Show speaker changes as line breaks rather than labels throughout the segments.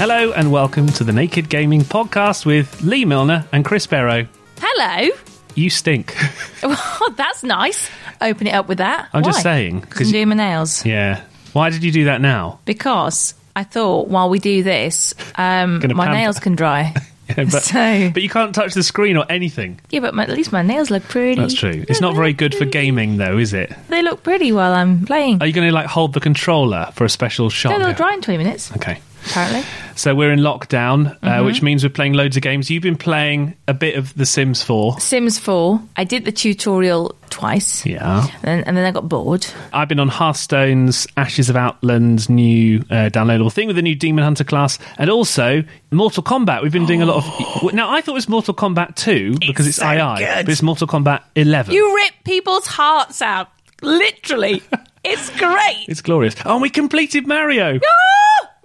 Hello and welcome to the Naked Gaming Podcast with Lee Milner and Chris Barrow.
Hello.
You stink.
Well, that's nice. Open it up with that.
I'm just
Why?
saying, 'cause
Because I'm
you-
doing my nails.
yeah. Why did you do that now?
Because I thought while we do this, um,
Gonna
my
pamper.
nails can dry.
Yeah, but,
So-
but you can't touch the screen or anything.
yeah, but my, at least my nails look pretty.
That's true. It's not very good for gaming, though, is it?
They look pretty while I'm playing.
Are you going to like hold the controller for a special shot?
No, they'll
Yeah.
dry in 20 minutes,
Okay.
apparently.
So we're in lockdown, uh, which means we're playing loads of games. You've been playing a bit of The Sims 4.
Sims 4. I did the tutorial twice,
Yeah.
and, and then I got bored.
I've been on Hearthstone's Ashes of Outland's new uh, downloadable thing with the new Demon Hunter class, and also Mortal Kombat. We've been doing a lot of. Now I thought it was Mortal Kombat 2 because it's, II, but it's Mortal Kombat 11.
You rip people's hearts out. Literally. it's great. Ah!
It's glorious. Oh, and we completed Mario.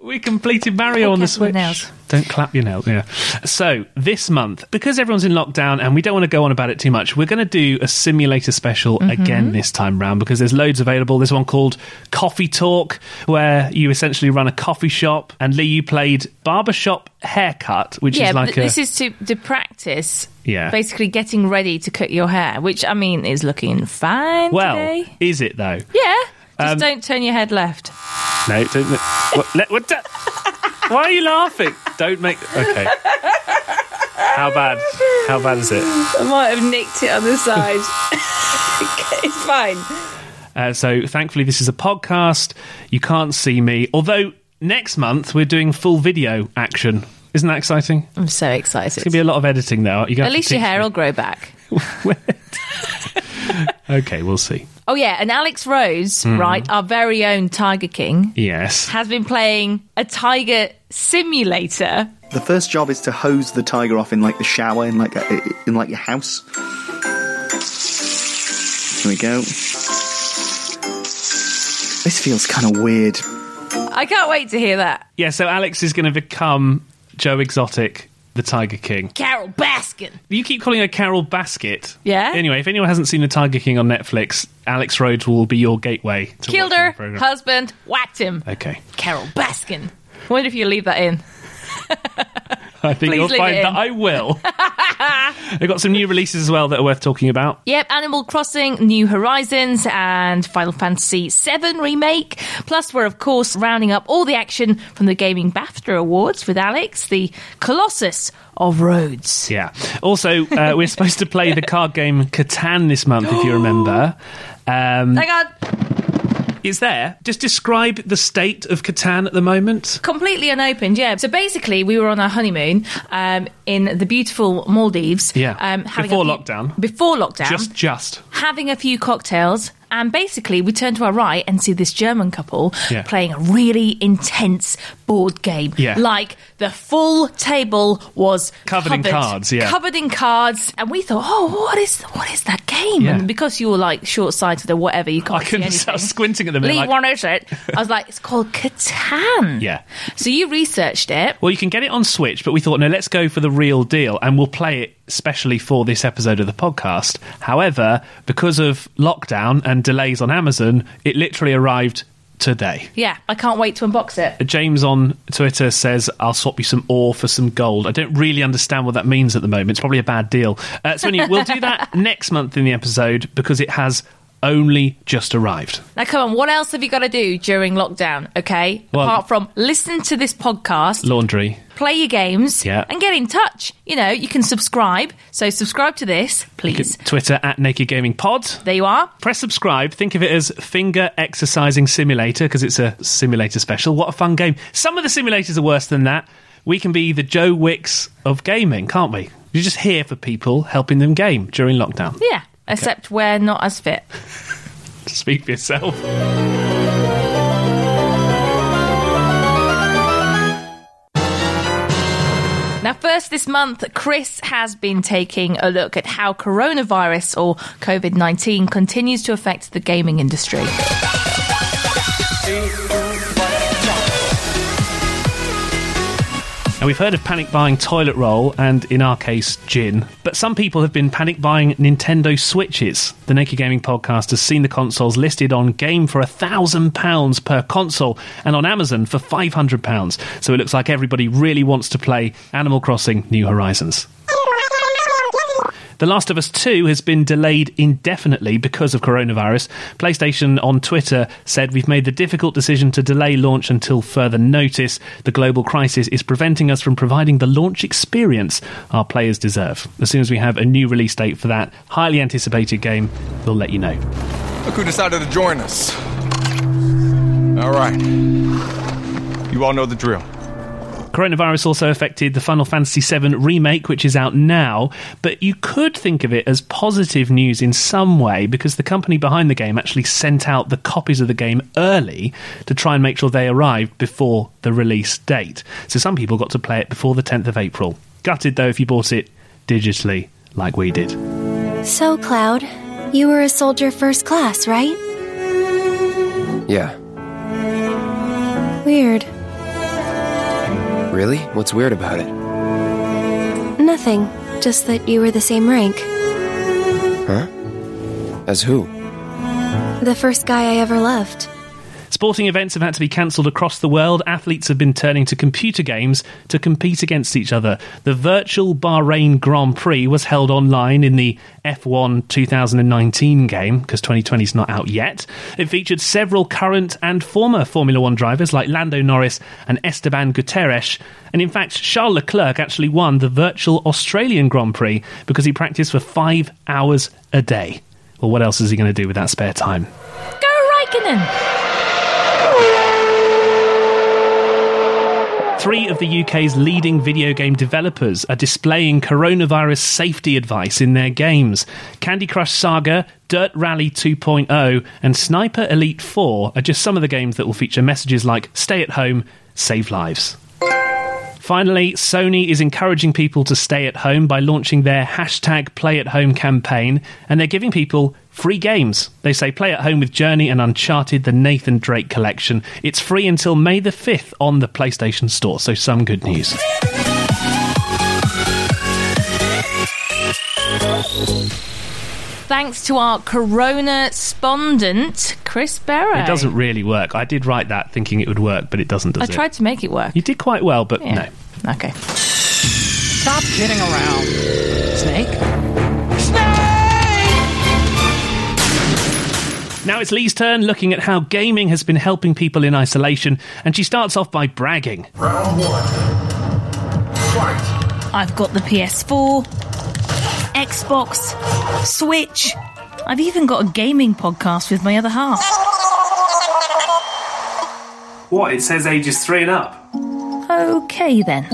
We completed Mario on the
clap my
Switch.
nails.
Don't clap your nails. Yeah. So this month, because everyone's in lockdown and we don't want to go on about it too much, we're going to do a simulator special
Mm-hmm.
again this time round because there's loads available. There's one called Coffee Talk, where you essentially run a coffee shop. And Lee, you played barbershop haircut, which
yeah,
is like
but
a
this is to, to practice.
Yeah.
basically getting ready to cut your hair, which I mean is looking fine
well,
today.
is it though?
Yeah, just
Um,
don't turn your head left.
No, don't. Look. What, let, what, da- why are you laughing? Don't make. Okay. How bad? How bad is it?
I might have nicked it on the side. it's fine.
Uh, so, thankfully, this is a podcast. You can't see me. Although next month we're doing full video action. Isn't that exciting? It's
I'm so excited.
gonna be a lot of editing though. You
At least your hair will grow back.
okay, we'll see.
Oh yeah, and Alex Rose,
Hmm.
right, our very own Tiger King,
Yes.
has been playing a tiger simulator.
The first job is to hose the tiger off in like the shower in like a, in like your house. Here we go. This feels kind of weird.
I can't wait to hear that.
Yeah. So Alex is going to become Joe Exotic, the Tiger King.
Carol Baskin.
You keep calling her Carol Basket.
Yeah?
Anyway, if anyone hasn't seen The Tiger King on Netflix, Alex Rhodes will be your gateway to
Killed
watching
her,
the programme.
husband, whacked him.
Okay.
Carol Baskin. Wonder if you leave that in.
I think
Please
you'll
leave
find
it in.
that I will. They've got some new releases as well that are worth talking about.
Yep, Animal Crossing, New Horizons, and Final Fantasy VII Remake. Plus, we're, of course, rounding up all the action from the Gaming BAFTA Awards with Alex, the Colossus of Rhodes.
Yeah. Also, uh, we're supposed to play the card game Catan this month, if you remember. Um,
I got
it's there. Just describe the state of Catan at the moment.
completely unopened, yeah. So basically, we were on our honeymoon um, in the beautiful Maldives. Um,
Yeah.
having
Before
a few-
lockdown.
Before lockdown.
Just, just.
having a few cocktails. And basically, we turn to our right and see this German couple
Yeah.
playing a really intense board game.
Yeah.
Like the full table was
Covered in cards, yeah.
Covered in cards. And we thought, oh, what is what is that game?
Yeah.
And because you were like short sighted or whatever, you can't
I couldn't.
see
I was
anything.
squinting at the minute.
Lee,
like-
what is it? I was like, it's called Catan.
Yeah.
So you researched it.
Well, you can get it on Switch, but we thought, no, let's go for the real deal and we'll play it specially for this episode of the podcast. However, because of lockdown and delays on Amazon, it literally arrived today.
Yeah, I can't wait to unbox it.
James on Twitter says, I'll swap you some ore for some gold. I don't really understand what that means at the moment. It's probably a bad deal. Uh, so, anyway, we'll do that next month in the episode because it has only just arrived.
Now, come on, what else have you got to do during lockdown, okay?
Well-
Apart from listen to this podcast,
Laundry.
play your games
Yeah.
and get in touch. You know, you can subscribe. So subscribe to this, please.
Twitter at Naked Gaming Pod.
There you are.
Press subscribe. Think of it as finger exercising simulator because it's a simulator special. What a fun game! Some of the simulators are worse than that. We can be the Joe Wicks of gaming, can't we? You're just here for people, helping them game during lockdown.
Yeah, except we're not as fit.
Speak for yourself.
Now, first this month, Chris has been taking a look at how coronavirus or COVID 19 continues to affect the gaming industry.
Now, we've heard of panic buying toilet roll and, in our case, gin, but some people have been panic buying Nintendo Switches. The Naked Gaming Podcast has seen the consoles listed on Game for £1,000 per console and on Amazon for £500. So it looks like everybody really wants to play Animal Crossing New Horizons. The Last of Us 2 has been delayed indefinitely because of coronavirus. PlayStation on Twitter said, We've made the difficult decision to delay launch until further notice. The global crisis is preventing us from providing the launch experience our players deserve. As soon as we have a new release date for that highly anticipated game, we'll let you know.
Look who decided to join us. All right. You all know the drill.
Coronavirus also affected the Final Fantasy VII remake, which is out now, but you could think of it as positive news in some way because the company behind the game actually sent out the copies of the game early to try and make sure they arrived before the release date. So some people got to play it before the 10th of April. Gutted though if you bought it digitally like we did.
So, Cloud, you were a soldier first class, right?
Yeah.
Weird.
Really? What's weird about it?
Nothing. Just that you were the same rank.
As who?
The first guy I ever loved.
Sporting events have had to be cancelled across the world. Athletes have been turning to computer games to compete against each other. The virtual Bahrain Grand Prix was held online in the F1 2019 game, because 2020 is not out yet. It featured several current and former Formula One drivers like Lando Norris and Esteban Guterres. And in fact, Charles Leclerc actually won the virtual Australian Grand Prix because he practiced for five hours a day. Well, what else is he going to do with that spare time?
Go Raikkonen!
Three of the UK's leading video game developers are displaying coronavirus safety advice in their games. Candy Crush Saga, Dirt Rally 2.0, and Sniper Elite 4 are just some of the games that will feature messages like stay at home, save lives. Finally, Sony is encouraging people to stay at home by launching their hashtag play at home campaign, and they're giving people free games. They say play at home with Journey and Uncharted, the Nathan Drake collection. It's free until May the 5th on the PlayStation Store, so some good news.
Thanks to our corona spondent, Chris Barrow.
It doesn't really work. I did write that thinking it would work, but it doesn't, does
I
it?
tried to make it work.
You did quite well, but
Yeah.
no.
Okay.
Stop kidding around. Snake?
Now it's Lee's turn looking at how gaming has been helping people in isolation, and she starts off by bragging.
Round one. Fight.
I've got the PS4, Xbox, Switch. I've even got a gaming podcast with my other half.
What? It says ages three and up.
Okay then.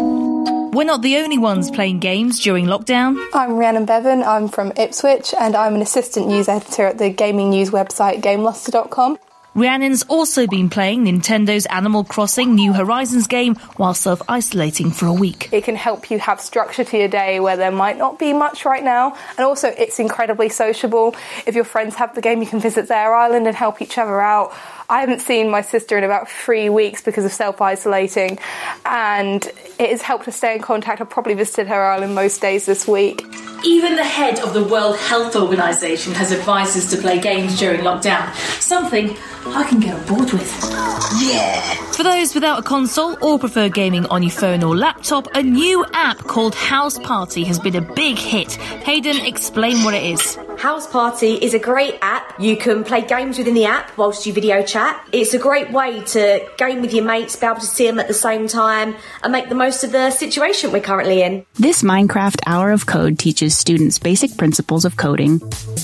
We're not the only ones playing games during lockdown.
I'm Rhiannon Bevan, I'm from Ipswich, and I'm an assistant news editor at the gaming news website GameLoster.com.
Rhiannon's also been playing Nintendo's Animal Crossing New Horizons game while self isolating for a week.
It can help you have structure to your day where there might not be much right now, and also it's incredibly sociable. If your friends have the game, you can visit their island and help each other out. I haven't seen my sister in about three weeks because of self isolating, and it has helped us stay in contact. I've probably visited her island most days this week.
Even the head of the World Health Organization has advised us to play games during lockdown. Something I can get on board with.
For those without a console or prefer gaming on your phone or laptop, a new app called House Party has been a big hit. Hayden, explain what it is.
House Party is a great app. You can play games within the app whilst you video chat. It's a great way to game with your mates, be able to see them at the same time, and make the most of the situation we're currently in.
This Minecraft Hour of Code teaches students basic principles of coding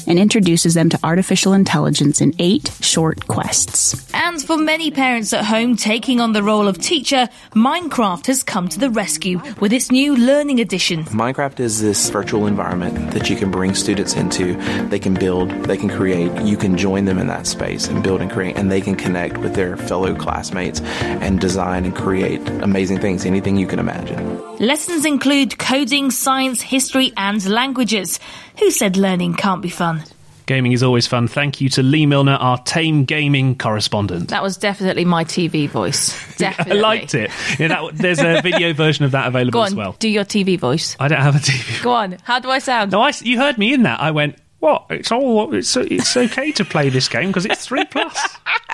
and introduces them to artificial intelligence in eight short quests.
And for many parents at home taking on the role of teacher, Minecraft has come to the rescue with its new learning edition.
Minecraft is this virtual environment that you can bring students into. They can build, they can create, you can join them in that space and build and create, and they can connect with their fellow classmates and design and create amazing things, anything you can imagine.
Lessons include coding, science, history, and languages. Who said learning can't be fun?
Gaming is always fun. Thank you to Lee Milner, our tame gaming correspondent.
That was definitely my TV voice. Definitely.
I liked it. Yeah, that, there's a video version of that available
Go on,
as well.
do your TV voice.
I don't have a TV.
Go on. How do I sound?
No, I, you heard me in that. I went, what? It's all. It's it's okay to play this game because it's three plus.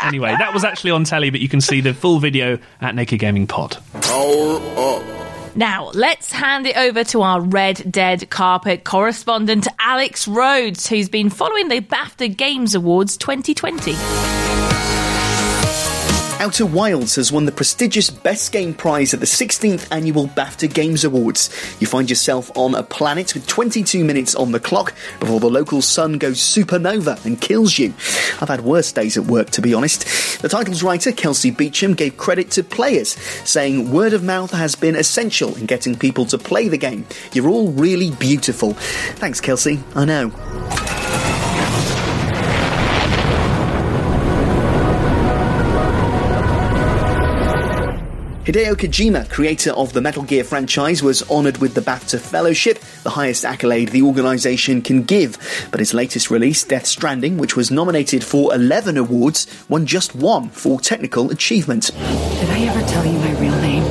anyway, that was actually on telly, but you can see the full video at Naked Gaming Pod.
Power up.
Now, let's hand it over to our Red Dead Carpet correspondent, Alex Rhodes, who's been following the BAFTA Games Awards 2020.
Outer Wilds has won the prestigious Best Game Prize at the 16th annual BAFTA Games Awards. You find yourself on a planet with 22 minutes on the clock before the local sun goes supernova and kills you. I've had worse days at work, to be honest. The title's writer, Kelsey Beecham, gave credit to players, saying, Word of mouth has been essential in getting people to play the game. You're all really beautiful. Thanks, Kelsey. I know. Hideo Kojima, creator of the Metal Gear franchise, was honoured with the BAFTA Fellowship, the highest accolade the organisation can give. But his latest release, Death Stranding, which was nominated for 11 awards, won just one for technical achievement.
Did I ever tell you my real name?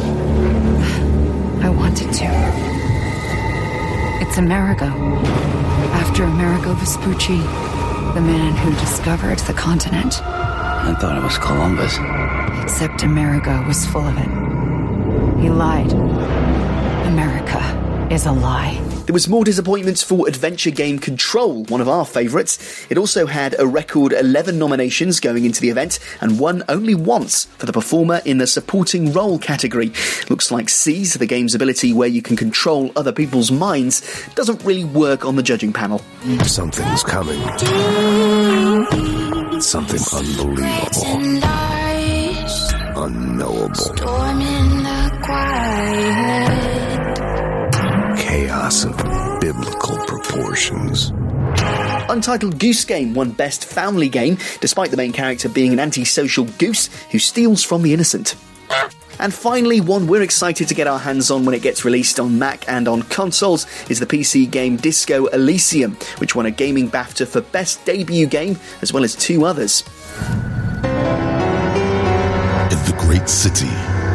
I wanted to. It's Amerigo. After Amerigo Vespucci, the man who discovered the continent.
I thought it was Columbus.
Except Amerigo was full of it. He lied. America is a lie.
There was more disappointments for adventure game Control, one of our favourites. It also had a record 11 nominations going into the event and won only once for the performer in the supporting role category. Looks like Seize, the game's ability where you can control other people's minds, doesn't really work on the judging panel.
Something's coming. Something unbelievable. Unknowable.
Chaos of biblical proportions. Untitled Goose Game won Best Family Game, despite the main character being an antisocial goose who steals from the innocent. And finally, one we're excited to get our hands on when it gets released on Mac and on consoles is the PC game Disco Elysium, which won a Gaming BAFTA for Best Debut Game, as well as two others.
In the great city,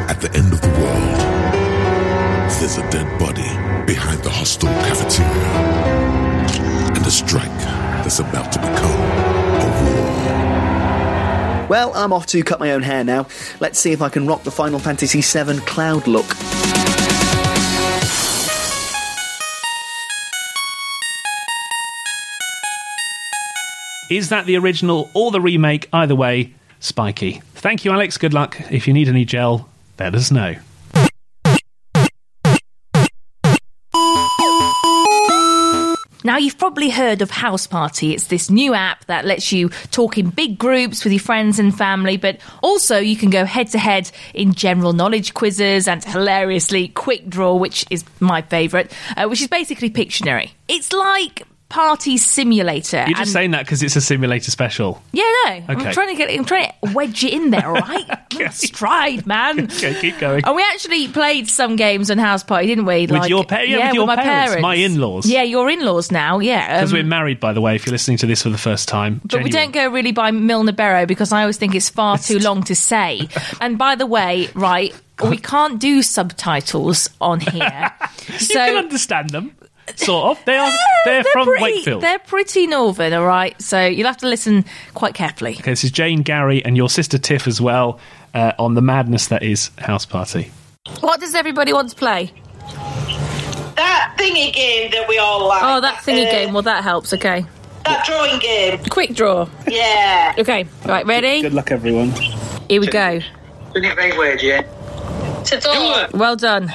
at the end of the world, there's a dead body behind the hostile cafeteria. And a strike that's about to become a war.
Well, I'm off to cut my own hair now. Let's see if I can rock the Final Fantasy VII Cloud look.
Is that the original or the remake? Either way, spiky. Thank you, Alex. Good luck. If you need any gel, let us know.
Now, you've probably heard of House Party. It's this new app that lets you talk in big groups with your friends and family, but also you can go head to head in general knowledge quizzes and hilariously quick draw, which is my favourite, uh, which is basically Pictionary. It's like Party Simulator.
You're just
and-
saying that because it's a simulator special.
Yeah, no.
Okay.
I'm trying to get. I'm trying to wedge it in there. All right, stride, man.
Okay, keep going.
And we actually played some games on House Party, didn't we?
With your pa- yeah, with your
my
parents, my in-laws.
Yeah, your in-laws now. Yeah,
Because
um,
we're married, by the way, if you're listening to this for the first time.
but we don't go really by Milner Barrow because I always think it's far too long to say. and by the way, right, we can't do subtitles on here. so
you can understand them, sort of. They are, they're, from
pretty,
Wakefield.
They're pretty northern, all right. So you'll have to listen quite carefully.
Okay, this is Jane, Gary, and your sister Tiff as well uh, on the madness that is House Party.
What does everybody want to play?
That thingy game that we all like.
Oh, that thingy
Uh,
game. Well, that helps. Okay.
That drawing game.
Quick draw.
Yeah.
Okay, right, ready?
Good luck, everyone.
Here we go.
Isn't it very weird, yeah? To door.
Well done.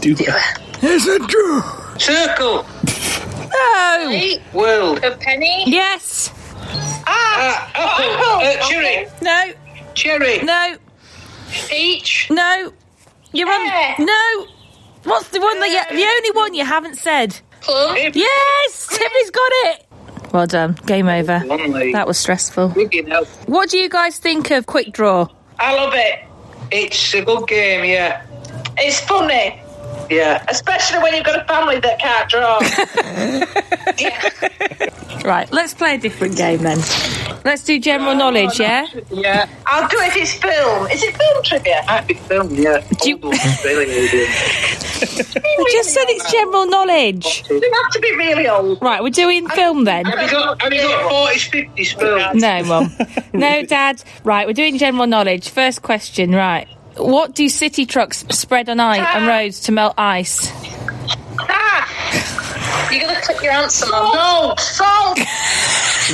Do
It's a draw. Circle.
No.
World. A penny.
Yes.
Ah. apple. Uh, cherry.
No.
Cherry.
No.
Peach.
No. You're on. No. What's the one that you. The only one you haven't said?
Plum.
Yes! Tiffany's got it! Well done. Game over.
Lovely.
That was stressful.
Enough.
What do you guys think of Quick Draw?
I love it. It's a good game, yeah. It's funny. Yeah. Especially when you've got a family that can't draw.
Right, let's play a different game then. Let's do general knowledge, yeah?
yeah. I'll do it Oh, if it's film. Is it film trivia? Might be film, yeah. Do you...
We just said it's general knowledge.
You have to be really old.
Right, we're doing film then.
Have you got, have you got 40s, 50s film?
No, Mum. No, Dad. Right, we're doing general knowledge. First question, right. What do city trucks spread on ice
Ah.
on roads to melt ice?
You're going to click your answer, Mum. No, salt!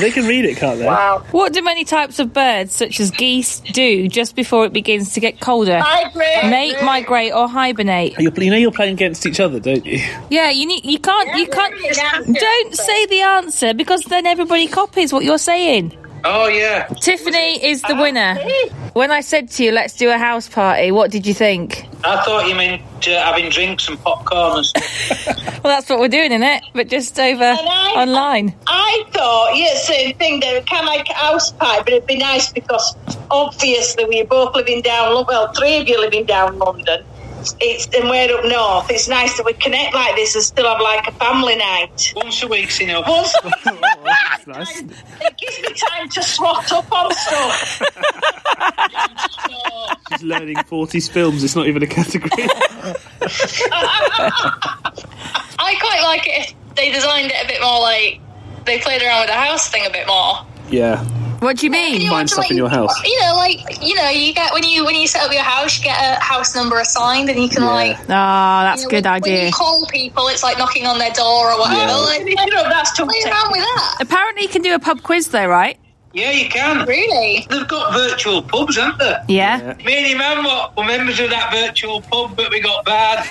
They can read it, can't they? Wow.
What do many types of birds, such as geese, do just before it begins to get colder?
Migrate.
Mate, migrate, or hibernate.
You, you know you're playing against each other, don't you?
Yeah, you need. You can't. You can't. Don't say the answer because then everybody copies what you're saying.
Oh, yeah.
Tiffany is
Ah,
the winner. When I said to you, "Let's do a house party," what did you think?
I thought you meant uh, having drinks and popcorn and stuff.
Well, that's what we're doing, isn't it? But just over online.
I thought, yeah, same thing. There can like a house party, but it'd be nice because obviously we're both living down. Lo- Well, three of you living down London. It's and we're up north. It's nice that we connect like this and still have like a family night.
Once a week's enough.
Once
nice.
it gives me time to swat up on stuff.
She's learning 40s films. It's not even a category.
I quite like it if they designed it a bit more like they played around with the house thing a bit more.
yeah.
What do you mean?
Find stuff in your house.
You know, like you know, you get when you when you set up your house, you get a house number assigned, and you can like.
Ah, that's
you
a
know,
good
when, When
idea.
you call people, it's like knocking on their door or whatever.
Yeah.
Like,
You know, that's too
play around with that.
Apparently, you can do a pub quiz though, right?
Yeah, you can.
Really?
They've got virtual pubs, haven't they?
Yeah. Yeah.
Me and your man were, were members of that virtual pub, but we got bad.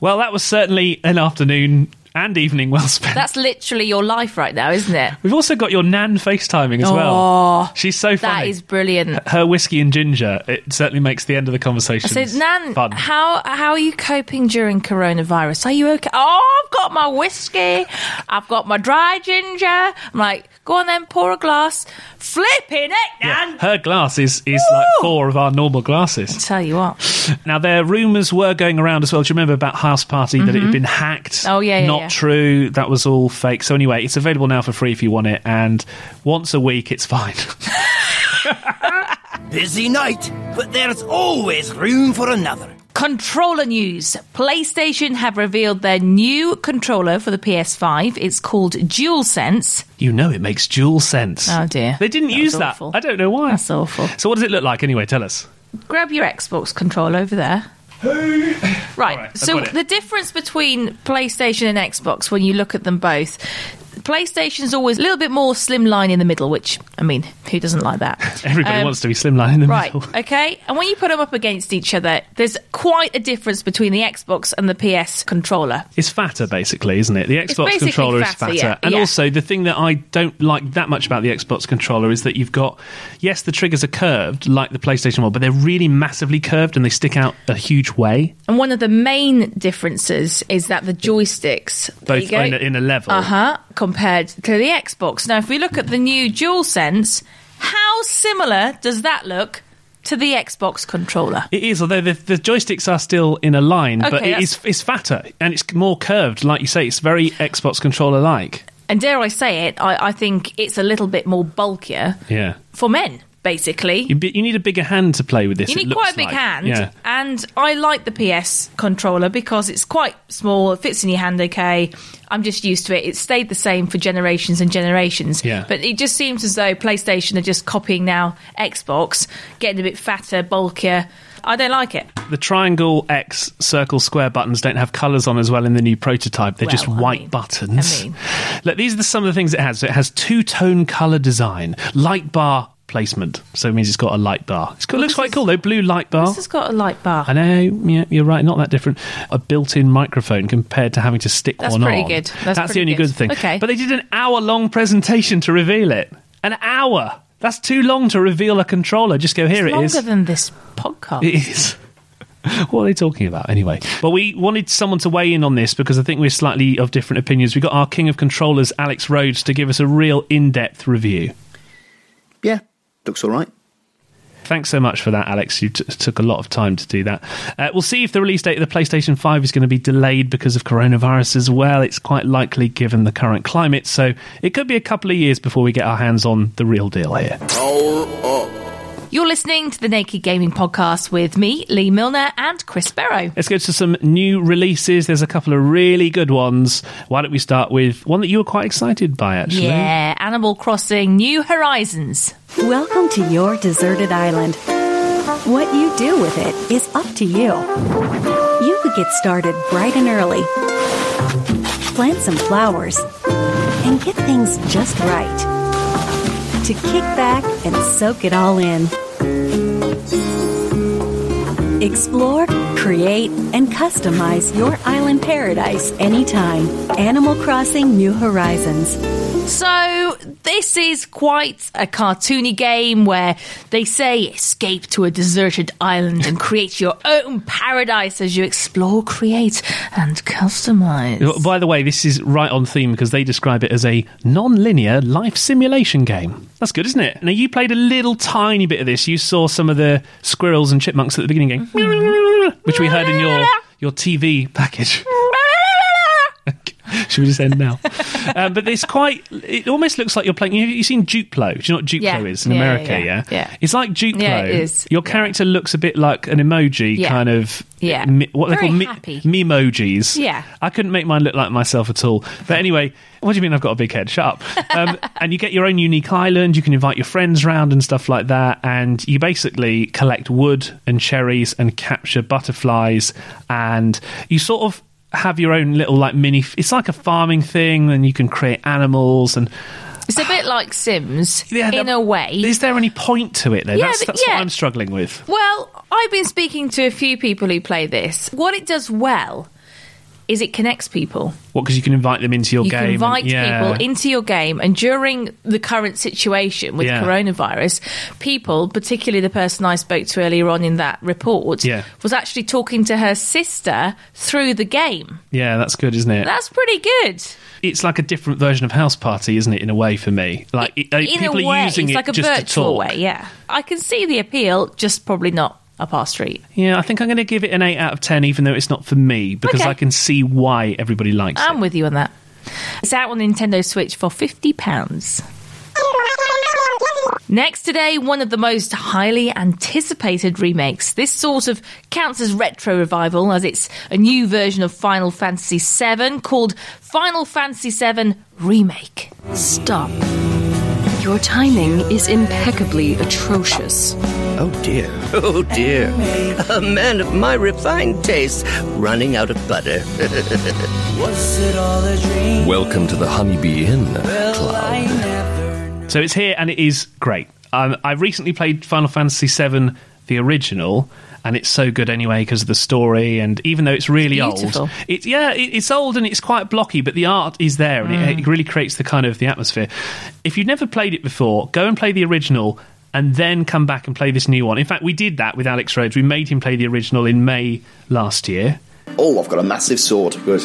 Well, that was certainly an afternoon and evening well spent.
That's literally your life right now, isn't it?
We've also got your nan FaceTiming as well.
Oh,
She's so
That
funny.
is brilliant.
Her whiskey and ginger, it certainly makes the end of the conversation
So, Nan,
fun.
how how are you coping during coronavirus? Are you okay? Oh, I've got my whiskey. I've got my dry ginger. I'm like, go on then, pour a glass. Flipping it, Nan.
Her glass is, is like four of our normal glasses.
tell you what.
Now, there rumours were going around as well. Do you remember about House Party that it had
Mhm.
been hacked?
Oh, yeah, yeah,
Not
yeah.
true. That was all fake. So, anyway, it's available now for free if you want it. And once a week, it's fine.
Busy night, but there's always room for another.
Controller news. PlayStation have revealed their new controller for the PS5. It's called DualSense.
you know it makes dual sense.
Oh, dear.
They didn't
That
use
was
that.
awful.
I don't know why. That's
awful.
So, what does it look like anyway? Tell us.
Grab your Xbox control over there. Right.
I've
so
got it.
the difference between PlayStation and Xbox when you look at them both, PlayStation's always a little bit more slimline in the middle, which I mean, who doesn't like that?
Everybody
Um,
wants to be slimline in the
Right,
middle.
okay. And when you put them up against each other, there's quite a difference between the Xbox and the PS controller.
It's fatter, basically, isn't it? The
It's
Xbox
basically
controller is
fatter,
fatter.
yeah,
And
yeah.
also, the thing that I don't like that much about the Xbox controller is that you've got, yes, the triggers are curved like the PlayStation 1, but they're really massively curved and they stick out a huge way,
And one of the main differences is that the joysticks there
both in a, in a level.
Uh huh. Compared to the Xbox. Now, if we look at the new DualSense, how similar does that look to the Xbox controller?
It is, although the, the joysticks are still in a line, but
Okay,
it is, it's fatter and it's more curved, like you say. It's very Xbox controller like.
And dare I say it, I, I think it's a little bit more bulkier
Yeah.
for men. basically.
You, bi- you need a bigger hand to play with this.
You
it
need
looks
quite a big
like.
hand,
Yeah.
and I like the PS controller because it's quite small. It fits in your hand okay. I'm just used to it. It stayed the same for generations and generations.
Yeah.
But it just seems as though PlayStation are just copying now Xbox, getting a bit fatter, bulkier. I don't like it.
The triangle, X, circle, square buttons don't have colours on as well in the new prototype. They're just
Well, I
white
mean-
buttons.
I mean-
Look, these are the, some of the things it has. So it has two tone colour design, light bar placement. So it means it's got a light bar. It's cool. it looks quite cool though. Blue light bar.
This has got a light bar.
I know. Yeah, you're right. Not that different. A built-in microphone compared to having to stick
That's
one
pretty
on.
good. That's
the
pretty
only
good.
good, thing.
Okay.
But they did an hour-long presentation to reveal it. An hour. That's too long to reveal a controller. Just go here.
it's
it
longer
is.
than this podcast.
It is. What are they talking about anyway? But we wanted someone to weigh in on this because I think we're slightly of different opinions. We got our king of controllers, Alex Rhodes, to give us a real in depth review.
Yeah, looks all right.
Thanks so much for that, Alex. You t- took a lot of time to do that. Uh, we'll see if the release date of the PlayStation 5 is going to be delayed because of coronavirus as well. It's quite likely given the current climate, so it could be a couple of years before we get our hands on the real deal here.
Power up.
You're listening to the Naked Gaming Podcast with me, Lee Milner, and Chris Barrow.
Let's go to some new releases. There's a couple of really good ones. Why don't we start with one that you were quite excited by, actually?
Yeah, Animal Crossing New Horizons.
Welcome to your deserted island. What you do with it is up to you. You could get started bright and early, plant some flowers, and get things just right. To kick back and soak it all in. Explore, create, and customize your island paradise anytime. Animal Crossing New Horizons.
So, this is quite a cartoony game where they say escape to a deserted island and create your own paradise as you explore, create, and customize.
Oh, By the way, this is right on theme because they describe it as a non linear life simulation game. That's good, isn't it? Now, you played a little tiny bit of this. You saw some of the squirrels and chipmunks at the beginning going, which we heard in your, your TV package. Should we just end now? um, but it's quite. It almost looks like you're playing. You, you've seen Duplo. Do you know what Duplo
Yeah.
is in
Yeah, yeah,
America?
yeah.
Yeah,
Yeah.
It's like Duplo.
Yeah, it is.
Your character looks a bit like an emoji,
Yeah.
kind of.
Yeah.
mi- what
Very
they call mi-
happy.
memojis.
Yeah.
I couldn't make mine look like myself at all. But anyway, what do you mean I've got a big head? Shut up. Um, and you get your own unique island. You can invite your friends round and stuff like that. And you basically collect wood and cherries and capture butterflies. And you sort of have your own little like mini. It's like a farming thing. And you can create animals. And
It's a bit like Sims in a way.
is there any point to it though?
Yeah,
that's
but-
that's
yeah.
what I'm struggling with.
Well, I've been speaking to a few people who play this. What it does well is it connects people.
What? Because you can invite them into your
you
game.
can
and-
invite
yeah.
people into your game, and during the current situation with
Yeah.
coronavirus, people, particularly the person I spoke to earlier on in that report,
Yeah.
was actually talking to her sister through the game.
Yeah, that's good, isn't it?
That's pretty good.
it's like a different version of house party, isn't it? In a way, for me, like it, uh,
In a
people
way,
are using
it's
it
like a
just to
virtual
talk.
way. Yeah, I can see the appeal, just probably not up our street.
Yeah, I think I'm going to give it an eight out of ten, even though it's not for me, because
Okay.
I can see why everybody likes
I'm with you on that. It's out on Nintendo Switch for £50. Next today, one of the most highly anticipated remakes. This sort of counts as retro revival as it's a new version of Final Fantasy VII called Final Fantasy VII Remake.
Stop. Your timing is impeccably atrocious.
Oh dear. Oh dear. A man of my refined taste running out of butter.
Was it all a dream?
Welcome to the Honeybee Inn.
Well, I never
it. So it's here, and it is great. Um, I recently played Final Fantasy VII, the original, and it's so good anyway because of the story. And even though it's really
beautiful.
old, it's yeah, it, it's old and it's quite blocky, but the art is there, and it, it really creates the kind of the atmosphere. If you've never played it before, go and play the original. And then come back and play this new one. In fact, we did that with Alex Rhodes. We made him play the original in May last year.
Oh, I've got a massive sword. Good.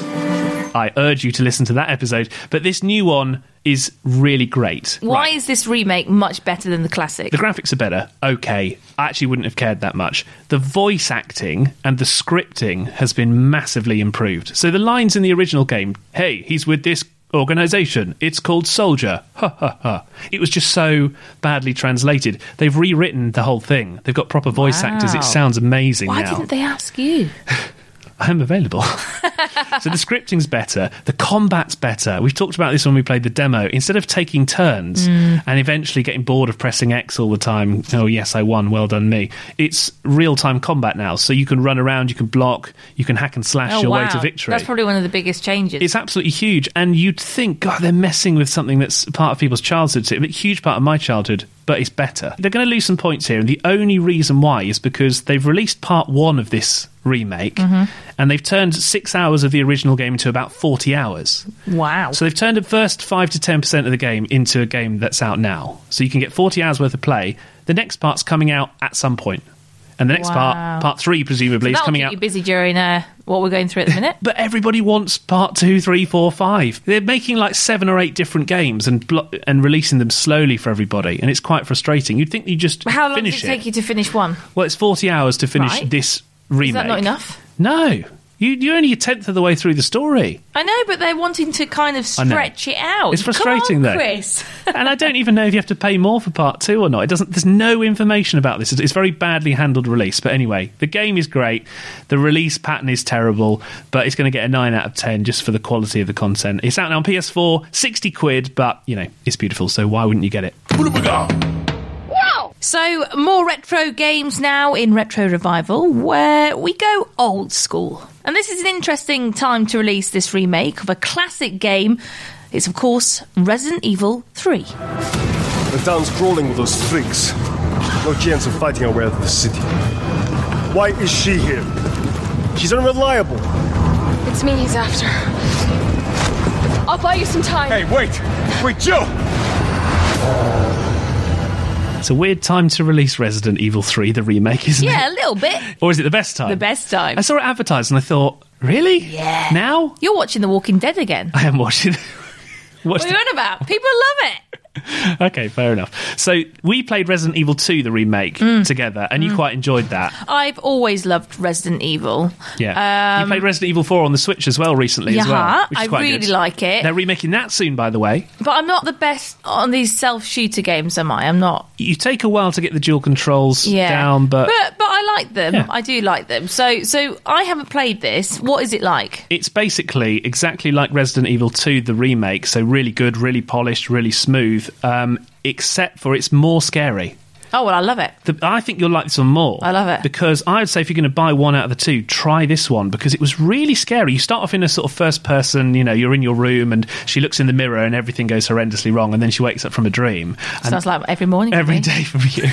I urge you to listen to that episode. But this new one is really great.
Why is this remake much better than the classic?
The graphics are better. Okay. I actually wouldn't have cared that much. The voice acting and the scripting has been massively improved. So the lines in the original game, hey, he's with this organization. It's called Soldier. Ha ha ha. It was just so badly translated. They've rewritten the whole thing. They've got proper voice
Wow.
actors. It sounds amazing
Why
now.
didn't they ask you?
I'm available. so the scripting's better, the combat's better. We've talked about this when we played the demo. Instead of taking turns
Mm.
and eventually getting bored of pressing X all the time, oh yes, I won, well done me. It's real time combat now. So you can run around, you can block, you can hack and slash
oh,
your
wow.
way to victory.
That's probably one of the biggest changes.
It's absolutely huge, and you'd think, God, they're messing with something that's part of people's childhoods. It's a huge part of my childhood, but it's better. They're going to lose some points here, and the only reason why is because they've released part one of this remake,
Mm-hmm.
and they've turned six hours of the original game into about forty hours.
wow.
So they've turned the first five to ten percent of the game into a game that's out now. So you can get forty hours worth of play. The next part's coming out at some point, and the next
Wow.
part, part three, presumably, is
That'll
coming
keep
out
you busy during uh, what we're going through at the minute.
but everybody wants part two, three, four, five. They're making like seven or eight different games and blo- and releasing them slowly for everybody, and it's quite frustrating. You'd think you just
How long
finish
did it take you to finish one?
Well, it's forty hours to finish
Right.
this remake.
Is that not enough?
No, you, you're only a tenth of the way through the story.
I know, but they're wanting to kind of
I know.
stretch it out.
It's frustrating,
Come on,
though.
Chris.
and I don't even know if you have to pay more for part two or not. It doesn't. There's no information about this. It's, it's very badly handled release. But anyway, the game is great. The release pattern is terrible, but it's going to get a nine out of ten just for the quality of the content. It's out now on PS4, sixty quid, but you know it's beautiful. So why wouldn't you get it?
So, more retro games now in Retro Revival, where we go old school. And this is an interesting time to release this remake of a classic game. It's, of course, Resident Evil 3.
The town's crawling with those freaks. No chance of fighting our way out of the city. Why is she here? She's unreliable.
It's me he's after. I'll buy you some time.
Hey, wait! Wait, Jill!
Oh, It's a weird time to release Resident Evil Three, the remake, isn't
Yeah,
it?
a little bit.
Or is it the best time?
The best time.
I saw it advertised and I thought, really? Yeah. Now
You're watching The Walking Dead again.
I am watching.
What
watched
are you on about? People love it.
okay, fair enough. So we played Resident Evil 2, the remake,
Mm.
together, and you quite enjoyed that.
I've always loved Resident Evil.
Yeah. you
Um,
played Resident Evil 4 on the Switch as well recently, as well.
Yeah,
Which is
I
quite
really
good.
like it.
They're remaking that soon, by the way.
But I'm not the best on these self shooter games, am I? I'm not.
You take a while to get the dual controls
Yeah.
down, but,
but but I like them.
Yeah.
I do like them. So so I haven't played this. What is it like?
it's basically exactly like Resident Evil 2, the remake. So really good, really polished, really smooth, um, except for it's more scary.
Oh well, I love it.
The, I think you'll like this one more. I love it. Because I would say if you're going to buy one out of the two, try this one because it was really scary. You start off in a sort of first person, you know, you're in your room and she looks in the mirror and everything goes horrendously wrong and then she wakes up from a dream. And
Sounds like every morning.
Every day from you.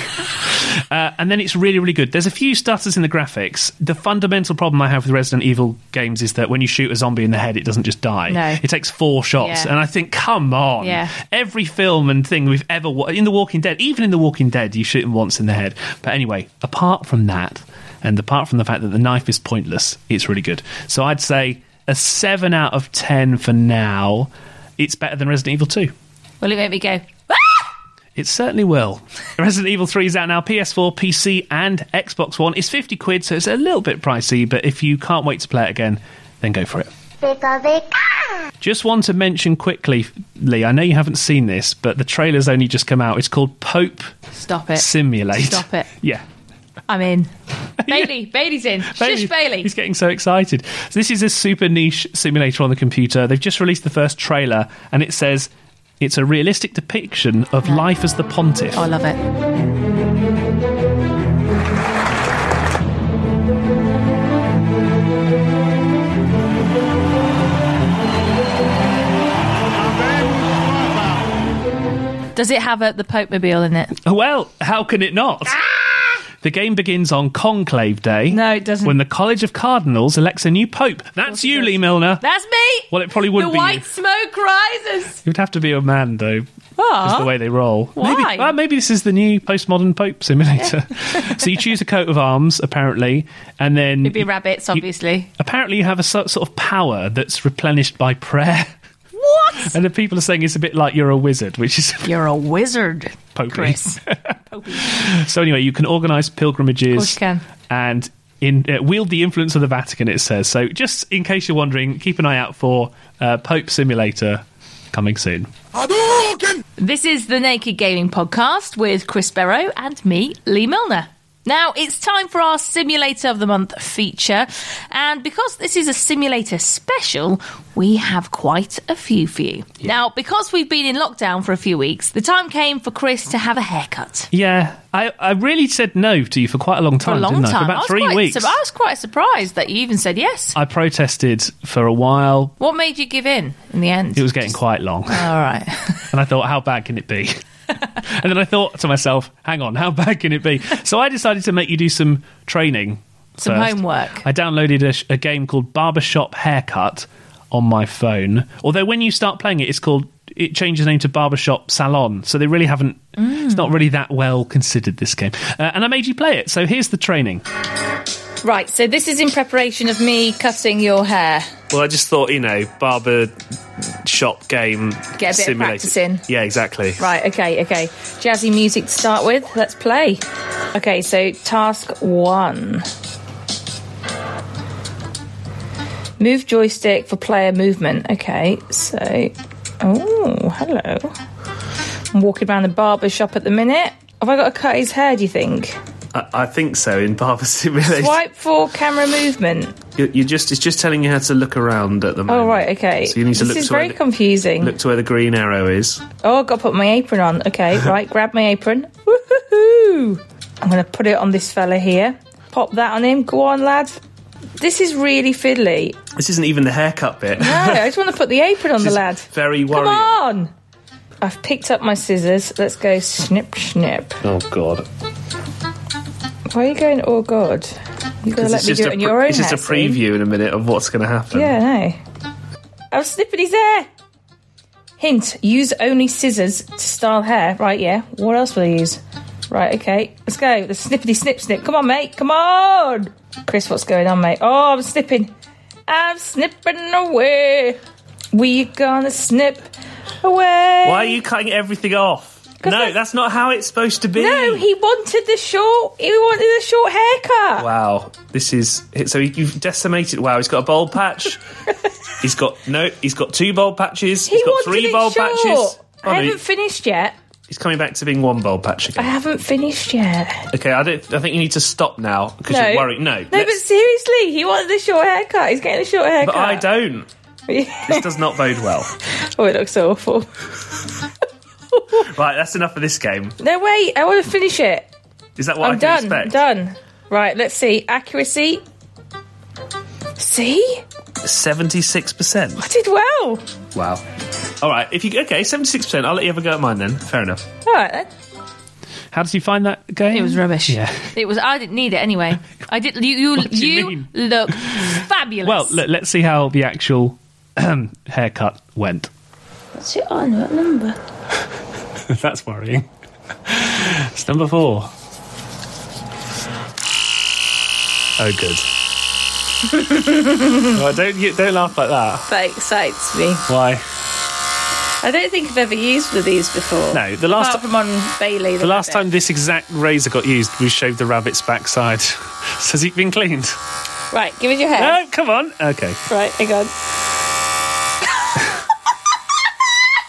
uh, and then it's really, really good. There's a few stutters in the graphics. The fundamental problem I have with Resident Evil games is that when you shoot a zombie in the head, it doesn't just die.
No.
It takes four shots.
Yeah.
And I think, come on.
Yeah.
Every film and thing we've ever wa- in The Walking Dead, even in The Walking Dead, you shoot him once in the head. But anyway, apart from that, and apart from the fact that the knife is pointless, it's really good. So I'd say a seven out of ten for now. It's better than Resident Evil Two.
Will it make me go? "Ah!"
It certainly will. Resident Evil 3 is out now, PS4, PC, and Xbox One. It's 50 quid, so it's a little bit pricey, but if you can't wait to play it again, then go for it. Just want to mention quickly, Lee, I know you haven't seen this, but the trailer's only just come out. It's called Pope
Stop it.
Simulate.
Stop it.
Yeah.
I'm in. Bailey, Bailey's in. Shush, Bailey.
He's getting so excited. So this is a super niche simulator on the computer. They've just released the first trailer, and it says it's a realistic depiction of life as the pontiff.
Oh, I love it. Does it have a, the Pope Mobile in it?
Well, how can it not? The game begins on Conclave Day. No, it doesn't. When the College of Cardinals elects a new pope. That's you, Lee Milner.
That's me.
Well, it probably would
the
be
white
you.
smoke rises.
You'd have to be a man, though.
Aw.
Ah,
Just the way they roll.
Ah? Why?
Maybe, well, maybe this is the new postmodern Pope simulator. so you choose a coat of arms, apparently, and then
It'd be rabbits, obviously.
apparently you have a so- sort of power that's replenished by prayer.
What?
And the people are saying it's a bit like you're a wizard, which is
you're a wizard,
Popey. so anyway, you can organise pilgrimages.
Of course you can.
And in, uh, wield the influence of the Vatican, it says. So, just in case you're wondering, keep an eye out for uh, Pope Simulator
coming soon.
This is the Naked Gaming Podcast with Chris Barrow and me, Lee Milner. Now it's time for our Simulator of the Month feature, and because this is a simulator special, we have quite a few for you. Now, because we've been in lockdown for a few weeks, the time came for Chris to have a haircut.
Yeah, I, I really said no to you for quite a long time.
for a long
didn't I?
time,
For
I
about
was
three
quite
weeks.
sur- I was quite surprised that you even said yes.
I protested for a while.
What made you give in in the end?
It was getting quite long. All
right.
and I thought, how bad can it be? and then I thought to myself, hang on, how bad can it be? So I decided to make you do some training.
Some
first.
homework.
I downloaded a, sh- a game called Barbershop Haircut on my phone. Although when you start playing it, it's called. It changes name to Barbershop Salon, so they really haven't. It's not really that well considered this game, uh, and I made you play it. So here's the training.
Right, so this is in preparation of me cutting your hair.
Well, I just thought, you know, barber shop game.
Get a bit of
simulator.
practice in.
Yeah, exactly.
Right, okay, okay. Jazzy music to start with. Let's play. Okay, so task one. Move joystick for player movement. Okay, so. Oh, hello. I'm walking around the barber shop at the minute. Have I got to cut his hair, do you think?
I, I think so in barber simulator.
Swipe for camera movement.
You, you just it's just telling you how to look around at the moment.
Oh, right, okay.
So you need to
this
look
is
to where
very
the-
confusing.
Look to where the green arrow is.
Oh, I've got to put my apron on. Okay, right, grab my apron. Woohoo! I'm going to put it on this fella here. Pop that on him. Go on, lad. This is really fiddly.
This isn't even the haircut bit.
No, I just want to put the apron on
This
the
is
lad.
Very
Come
worrying.
on! I've picked up my scissors. Let's go snip, snip.
Oh god.
Why are you going, oh god? You've got to let
it's
me
just
do it
a
on
pre-
your own
It's just a
hair soon.
preview in a minute of what's going to happen.
Yeah, I know. I was snipping his hair. Hint: use only scissors to style hair. Right? Yeah. What else will I use? Right. Okay. Let's go. The snippity snip snip. Come on, mate. Come on, Chris. What's going on, mate? Oh, I'm snipping. I'm snipping away. We gonna snip away.
Why are you cutting everything off? No, that's... not how it's supposed to be.
No, he wanted the short. He wanted the short haircut.
Wow, this is so you've decimated. Wow, he's got a bowl patch. he's got no. He's got two bowl patches.
He
he's got
wanted
three
it
bowl
short.
patches. Oh,
I
no,
haven't finished yet.
he's coming back to being one bowl patch
I
again.
haven't finished yet.
Okay, I don't. I think you need to stop now because you're worried. No,
No, but seriously, he wanted the short haircut. He's getting a short haircut.
but I don't. this does not bode well.
Oh, it looks awful.
right, that's enough of this game.
No, wait, I want to finish it.
Is that what
I'm
I can
done.
expect?
Done. Right, let's see. Accuracy. See?
Seventy-six percent.
I did well.
Wow. All right. If you okay, seventy-six percent. I'll let you have a go at mine then. Fair enough.
All right, then.
How did you find that game? It was
rubbish.
Yeah.
It was. I didn't need it anyway. I did. You you,
do you
you look fabulous.
Well, let, let's see how the actual haircut went.
what's it on? What number?
That's worrying. it's number four. Oh, good. Oh, don't you- don't laugh like that.
That excites me.
Why?
I don't think I've ever used one of these before.
No, the last-
Apart from on Bailey.
The last time this exact razor got used, we shaved the rabbit's backside. so has it been cleaned?
Right, give us your hair.
No, come on. Okay.
Right, hang on.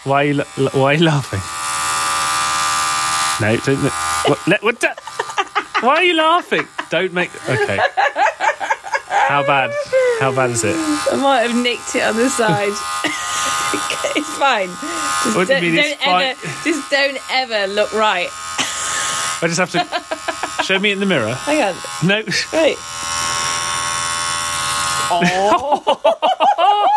Why are you, la- la- why are you laughing? No, don't. ma- What, let, what da- why are you laughing? Don't make. Okay. How bad? How bad is it?
I might have nicked it on the side. Okay, it's fine. Just
What do you
don't,
mean it's
don't ever, just don't ever look right.
I just have to. Show me in the mirror.
Hang on.
No.
Wait. Oh.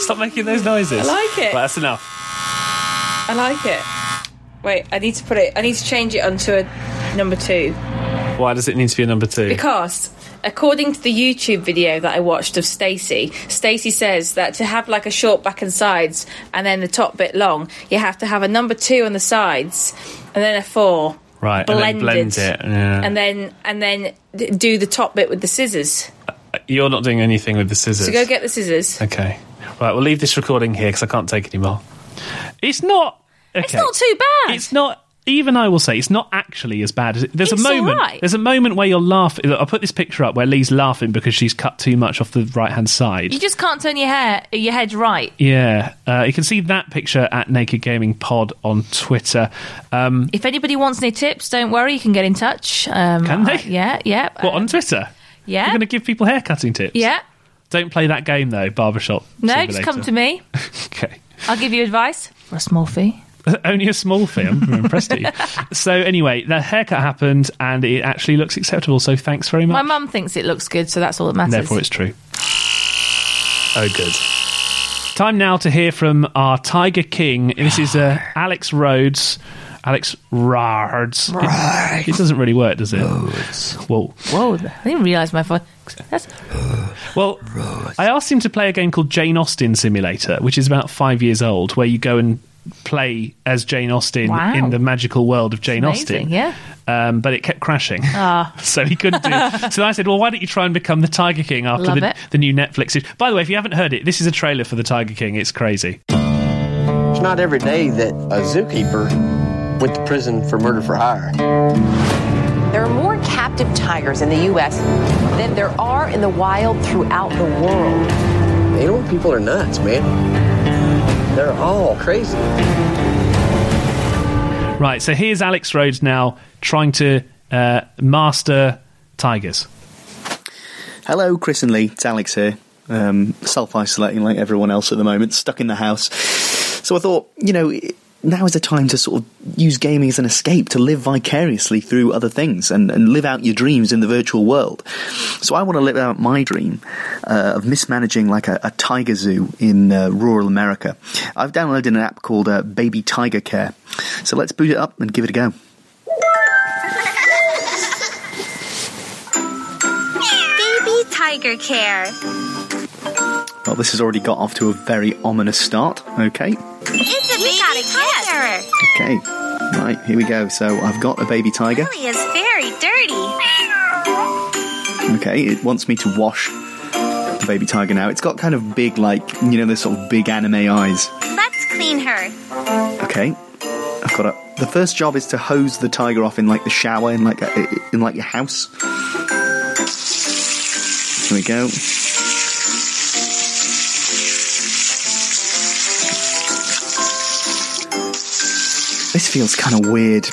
Stop making those noises.
I like
Right,
it.
that's enough.
I like it. Wait, I need to put it. I need to change it onto a number two
Why does it need to be a number two?
because. According to the YouTube video that I watched of Stacey, Stacey says that to have like a short back and sides and then the top bit long, you have to have a number two on the sides and then a four.
right, and then blend it. Yeah.
and then and then d- do the top bit with the scissors.
You're not doing anything with the scissors.
So go get the scissors.
Okay. Right, we'll leave this recording here because I can't take any more. It's not. Okay.
It's not too bad.
It's not even I will say it's not actually as bad as it. There's
It's
a moment.
all right.
There's a moment where you're laughing. I'll put this picture up where Lee's laughing because she's cut too much off the right hand side.
You just can't turn your hair, your head right.
Yeah, uh, you can see that picture at Naked Gaming Pod on Twitter. Um,
If anybody wants any tips, don't worry, you can get in touch. Um,
Can they?
I- yeah, yeah, Uh,
what on Twitter?
Um, yeah.
You're going to give people haircutting tips.
yeah.
Don't play that game though, barbershop.
No,
simulator.
just come to me.
okay.
I'll give you advice. For a small fee.
Only a small fee. I'm impressed at you. So anyway, the haircut happened, and it actually looks acceptable. So thanks very
My
much.
mum thinks it looks good, so that's all that matters.
Therefore, it's true. Oh, good. Time now to hear from our Tiger King. This is uh, Alex Rhodes. Alex Rhodes. It, it doesn't really work, does it? Whoa.
Whoa, I didn't realise my phone. That's
Well, I asked him to play a game called Jane Austen Simulator, which is about five years old, where you go and play as Jane Austen
Wow.
in the magical world of Jane Austen.
amazing, yeah.
Um, but it kept crashing.
Ah.
So he couldn't do it. So I said, well, why don't you try and become the Tiger King after
Love
the,
it.
the new Netflix? series? By the way, if you haven't heard it, this is a trailer for the Tiger King. It's crazy.
It's not every day that a zookeeper went to prison for murder for hire.
There are more captive tigers in the U.S. than there are in the wild throughout the world.
Animal people are nuts, man. They're all crazy.
Right. So here's Alex Rhodes now trying to uh, master tigers.
Hello, Chris and Lee. It's Alex here. Um, Self isolating like everyone else at the moment, stuck in the house. So I thought, you know, now is the time to sort of use gaming as an escape, to live vicariously through other things and, and live out your dreams in the virtual world. So I want to live out my dream uh, of mismanaging like a, a tiger zoo in uh, rural America. I've downloaded an app called uh, Baby Tiger Care. So let's boot it up and give it a go.
Baby Tiger Care.
Well, this has already got off to a very ominous start. Okay.
It's a baby got tiger.
Okay. Right, here we go. So I've got a baby tiger.
Lily is very dirty.
Okay, it wants me to wash the baby tiger now. It's got kind of big, like, you know, those sort of big anime eyes.
Let's clean her.
Okay. I've got a. The first job is to hose the tiger off in like the shower in like a, in like your house. Here we go. This feels kind of weird.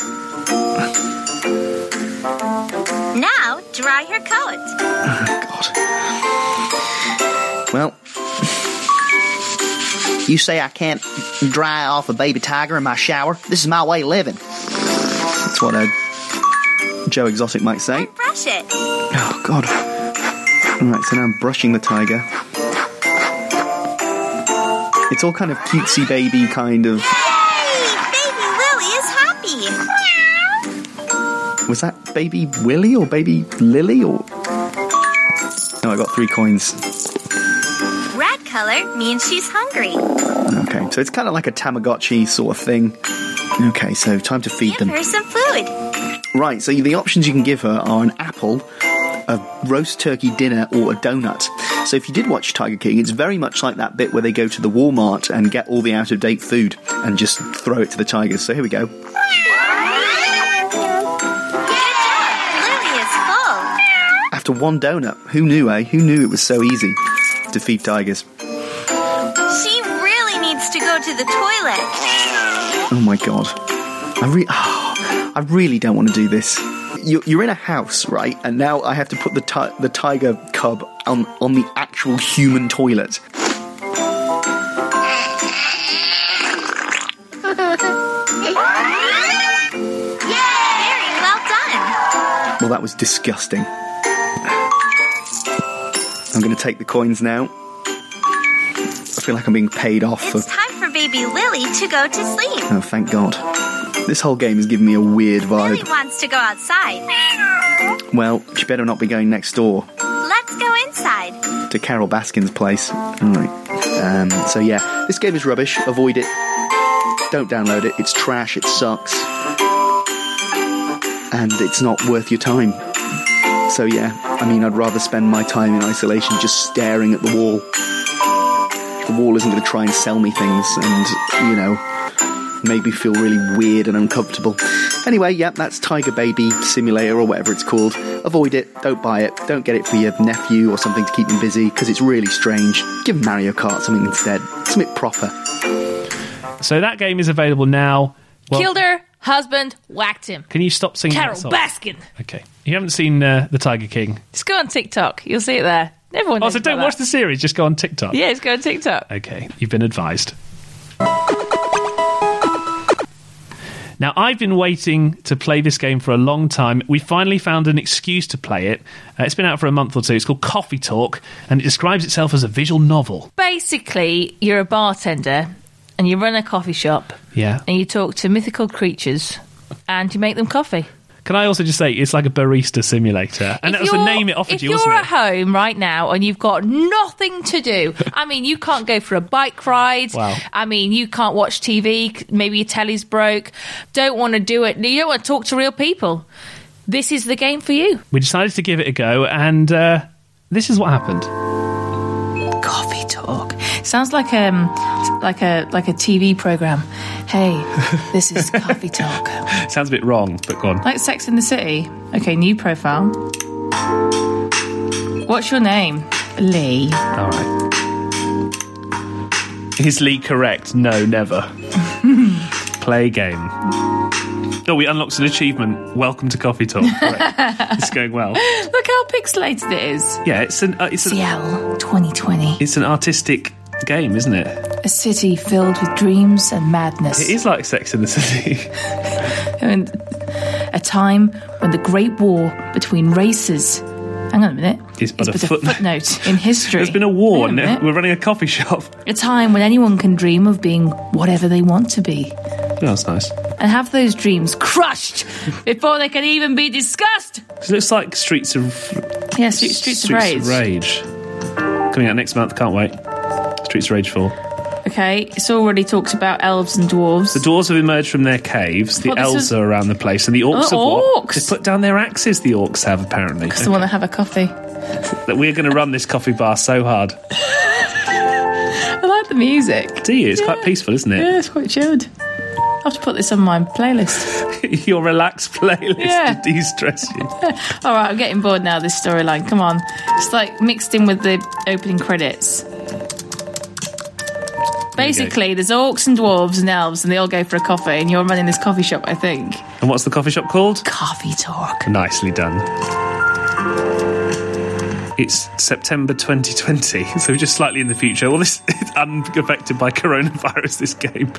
Now dry her coat.
Oh, Well, you say I can't dry off a baby tiger in my shower? This is my way of living. That's what uh, Joe Exotic might say.
Brush it.
Oh, God. Alright, so now I'm brushing the tiger. It's all kind of cutesy baby kind of.
Baby Lily is happy.
Was that baby Willy or baby Lily or. No, I got three coins.
Red color means she's hungry.
Okay, so it's kind of like a Tamagotchi sort of thing. Okay, so time to feed them.
Give her some food.
Right, so the options you can give her are an apple, a roast turkey dinner, or a donut. So if you did watch Tiger King, it's very much like that bit where they go to the Walmart and get all the out of date food and just throw it to the tigers. So here we go.
Lily is full.
After one donut, who knew, eh? Who knew it was so easy to feed tigers?
She really needs to go to the toilet.
Oh my god. I, re- I really don't want to do this. You- You're in a house, right? And now I have to put the, ti- the tiger cub on, on the actual human toilet.
Very well done.
Well, that was disgusting. I'm going to take the coins now. I feel like I'm being paid off for.
Time for baby Lily to go to sleep.
Oh, thank God. This whole game is giving me a weird
Lily
vibe.
wants to go outside.
Well, she better not be going next door
Let's go inside.
to Carol Baskin's place. Alright. Um, so, yeah, this game is rubbish. Avoid it. Don't download it. It's trash. It sucks. And it's not worth your time. So, yeah, I mean, I'd rather spend my time in isolation just staring at the wall. The wall isn't going to try and sell me things, and, you know, made me feel really weird and uncomfortable. Anyway, yeah, that's Tiger Baby Simulator or whatever it's called. Avoid it, don't buy it, don't get it for your nephew or something to keep him busy because it's really strange. Give Mario Kart something instead, something proper.
So that game is available now. Well,
Killed her husband, whacked him.
Can you stop singing? that
Carol
song?
Baskin.
Okay, you haven't seen uh, the Tiger King.
Just go on TikTok. You'll see it there. Everyone.
Oh,
knows
so don't
about
watch
that.
the series. Just go on TikTok.
Yeah, just go on TikTok.
Okay, you've been advised. Now, I've been waiting to play this game for a long time. We finally found an excuse to play it. Uh, it's been out for a month or two. It's called Coffee Talk, and it describes itself as a visual novel.
Basically, you're a bartender and you run a coffee shop
Yeah.
and you talk to mythical creatures and you make them coffee.
Can I also just say it's like a barista simulator? And that was the
you're-
name it offered
if
you,
you're
wasn't
at home right now and you've got nothing to do, I mean, you can't go for a bike ride.
Wow.
I mean, you can't watch TV. c- Maybe your telly's broke. Don't want to do it. You don't want to talk to real people. This is the game for you.
it? We decided to give it a go, and uh, this is what happened.
Coffee talk sounds like um like a like a TV program. Hey, this is coffee talk.
Sounds a bit wrong, but go on.
Like Sex in the City. Okay, new profile. What's your name? Lee.
All right. Is Lee correct? No, never. Play game. Oh, we unlocked an achievement. Welcome to Coffee Talk. Right. it's going well.
Look how pixelated it is.
Yeah, it's an uh, it's an,
CL 2020.
it's an artistic game, isn't it?
A city filled with dreams and madness.
It is like Sex in the City.
And a time when the great war between races. Hang on a minute.
It's but a footnote.
footnote in history.
There's been a war.
Hang on a
and
minute.
We're running a coffee shop.
A time when anyone can dream of being whatever they want to be
That's nice.
and have those dreams crushed before they can even be discussed.
It looks like Streets of
Yeah, Street, Streets, of Rage.
Streets Rage. Coming out next month. Can't wait. Streets of Rage Four.
Okay, it's already talked about elves and dwarves.
The dwarves have emerged from their caves. The
Well, this
elves
is-
are around the place, and the orcs
Oh,
have what? They've put down their axes. The orcs have apparently.
It's the one that have a coffee.
That we're going to run this coffee bar so hard.
I like the music.
Do you? It's quite peaceful, isn't it?
Yeah, it's quite chilled. I have to put this on my playlist.
Your relaxed playlist
Yeah.
to de-stress you.
All right, I'm getting bored now. This storyline, come on, it's like mixed in with the opening credits. Basically, there's orcs and dwarves and elves, and they all go for a coffee, and you're running this coffee shop, I think.
And what's the coffee shop called?
Coffee Talk.
Nicely done. It's September 2020, so just slightly in the future. Well, this is unaffected by coronavirus. This game.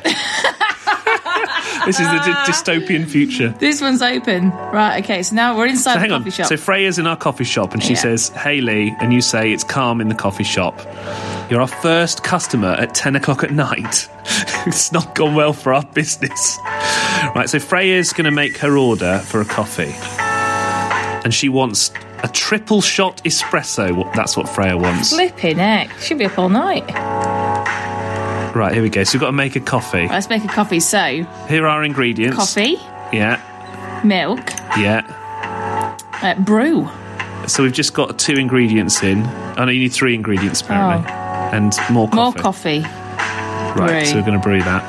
this is the dy- dystopian future.
This one's open, right? Okay, so now we're inside
So
the
hang
coffee
on.
shop.
So Freya's in our coffee shop, and she
Yeah.
says, "Hey Lee," and you say, "It's calm in the coffee shop." You're our first customer at ten o'clock at night. it's not gone well for our business, right? So Freya's going to make her order for a coffee, and she wants a triple shot espresso. Wha- That's what Freya wants.
Flipping heck, should be up all night.
Right here we go. So we've got to make a coffee.
Let's make a coffee. So,
Here are our ingredients.
Uh, coffee,
Yeah,
milk,
yeah.
uh, brew.
So we've just got two ingredients in. Oh no, you need three ingredients apparently, and more coffee.
Oh. More coffee.
Right,
Brew.
so we're going to brew that.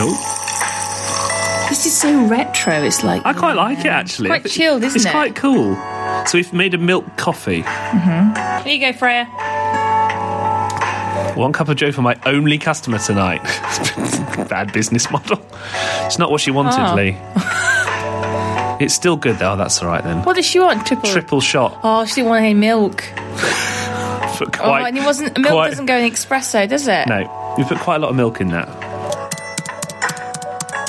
Oh,
This is so retro. It's like
I quite like it actually.
Quite
I think
chilled, isn't
it's
it?
It's quite cool. So we've made a milk coffee.
Mm-hmm. Here you go, Freya.
One cup of Joe for my only customer tonight. Bad business model. It's not what she wanted,
Oh.
Lee. It's still good though. Oh, That's all right then.
What does she want? Triple.
Triple shot
Oh, she didn't want any milk.
for quite.
oh, and it wasn't milk.
quite-
Doesn't go in espresso, does it?
No, we put quite a lot of milk in that.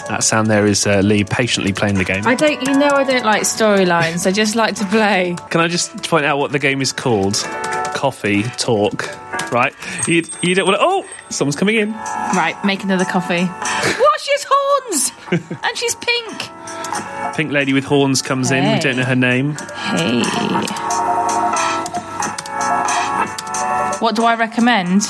That sound there is uh, Lee patiently playing the game.
I don't. You know, I don't like storylines. I just like to play.
Can I just point out what the game is called? Coffee talk, right? You, you don't want to. Oh, someone's coming in.
Right, make another coffee. Wash his horns, and she's pink.
Pink lady with horns comes in. We
Hey.
don't know her name.
Hey. What do I recommend?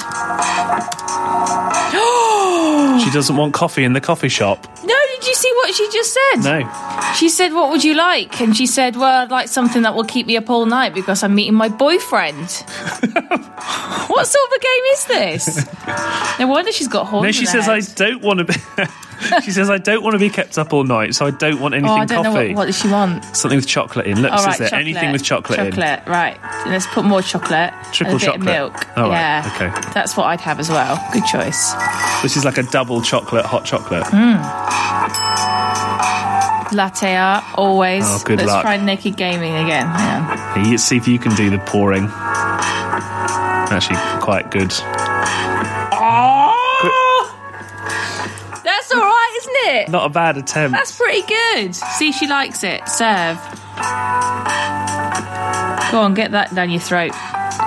She doesn't want coffee in the coffee shop.
No, did you see what she just said?
No.
She said, What would you like? And she said, Well, I'd like something that will keep me up all night because I'm meeting my boyfriend. What sort of a game is this? No wonder she's got horns.
No, she
in her
says,
head.
I don't want to be. she says, I don't want to be kept up all night, so I don't want anything
Oh, I don't
coffee.
know what, what does she want.
Something with chocolate in. Look,
All
says
right,
there
chocolate.
anything with chocolate, in.
Chocolate, right. Let's put more chocolate.
Triple
and a bit
chocolate.
of milk.
All right,
yeah.
okay.
That's what I'd have as well. Good choice.
This is like a double chocolate, hot chocolate.
Mm. Latte art, always.
Oh, good
Let's
luck.
try naked gaming again. Hang on.
You see if you can do the pouring. Actually, quite good.
That's all right, isn't it?
Not a bad attempt.
That's pretty good. See, she likes it. Serve. Go on, get that down your throat.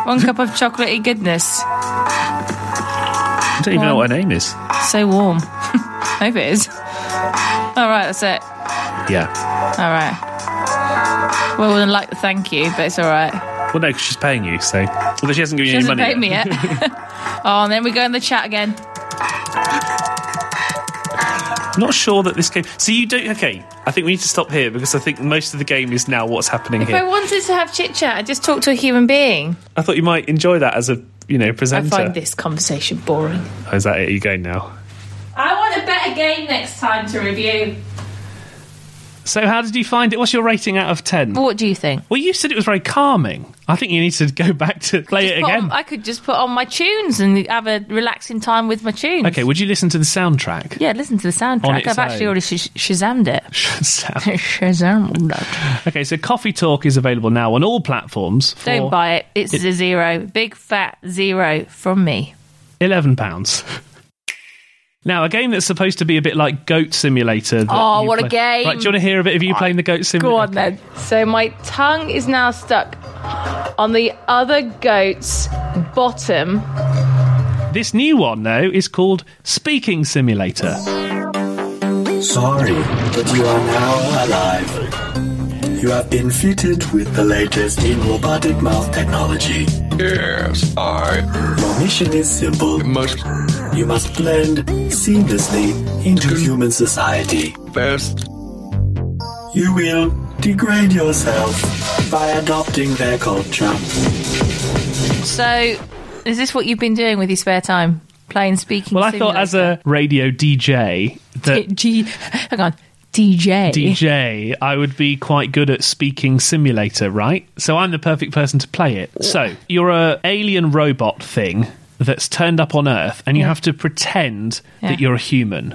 One cup of chocolatey goodness.
I don't even know what her name is.
So warm. Hope it is. All right, that's it.
Yeah.
All right. Well, we wouldn't like the thank you, but it's all right.
Well, no, because she's paying you, so. Although she hasn't given
She
you any
hasn't
money.
paid me yet. oh, and then we go in the chat again.
Not sure that this game. So you don't. Okay, I think we need to stop here because I think most of the game is now what's happening
If
here.
I wanted to have chit chat, I'd just talk to a human being.
I thought you might enjoy that as a you know presenter.
I find this conversation boring.
Oh, is that it? Are you going now?
I want a better game next time to review.
So how did you find it? What's your rating out of ten?
What do you think?
Well, you said it was very calming. I think you need to go back to play it
Put
again.
on- I could just put on my tunes and have a relaxing time with my tunes.
Okay, would you listen to the soundtrack?
Yeah, listen to the
On
soundtrack.
its
I've actually
own.
already sh- shazammed it. Shazam.
Okay, so Coffee Talk is available now on all platforms. For
Don't buy it. It's
It-
a zero. Big fat zero from me.
Eleven pounds. Now, a game that's supposed to be a bit like Goat Simulator. that
Oh,
you
what a
play-
game.
Right, do you want to hear a bit of you playing the Goat Simulator?
Go on then. So my tongue is now stuck on the other goat's bottom.
This new one, though, is called Speaking Simulator.
Sorry, but you are now alive. You have been fitted with the latest in robotic mouth technology. Yes, I. Your mission is simple. must. You must blend seamlessly into human society. Best. You will degrade yourself by adopting their culture.
So is this what you've been doing with your spare time? Playing speaking
Well, I thought as a radio DJ that
G hang on. DJ.
DJ, I would be quite good at speaking simulator, right? So I'm the perfect person to play it. So you're a alien robot thing that's turned up on Earth, and you
Yeah.
have to pretend
Yeah.
that you're a human.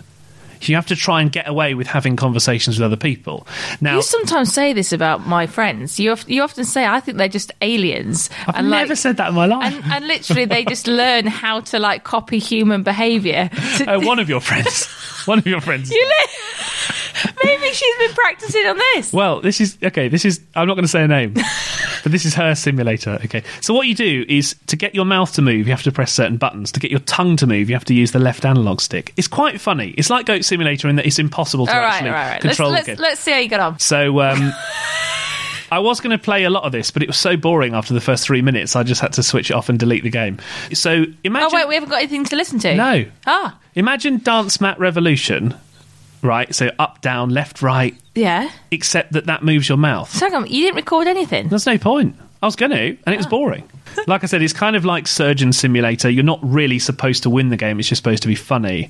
You have to try and get away with having conversations with other people. Now,
you sometimes say this about my friends. You of- you often say, "I think they're just aliens." I've and never
said that in my life.
And, and literally, they just learn how to like copy human behaviour. To-
uh, one of your friends, one of your friends.
you li- maybe she's been practicing on this.
Well, this is okay. This is I'm not going to say her name, but this is her simulator. Okay. So what you do is to get your mouth to move, you have to press certain buttons. To get your tongue to move, you have to use the left analog stick. It's quite funny. It's like Goat Simulator in that it's impossible
All
to
right,
actually
all right, all right. Let's,
control
let's,
the game.
let's see how you get on.
So um, I was going to play a lot of this, but it was so boring after the first three minutes. I just had to switch it off and delete the game. So imagine.
oh wait, we haven't got anything to listen to.
No.
Ah,
Imagine Dance Mat Revolution, right? So up, down, left, right,
yeah.
except that that moves your mouth.
So hang on, you didn't record anything.
There's no point. I was going to, and it was boring. like I said, it's kind of like Surgeon Simulator. You're not really supposed to win the game, it's just supposed to be funny.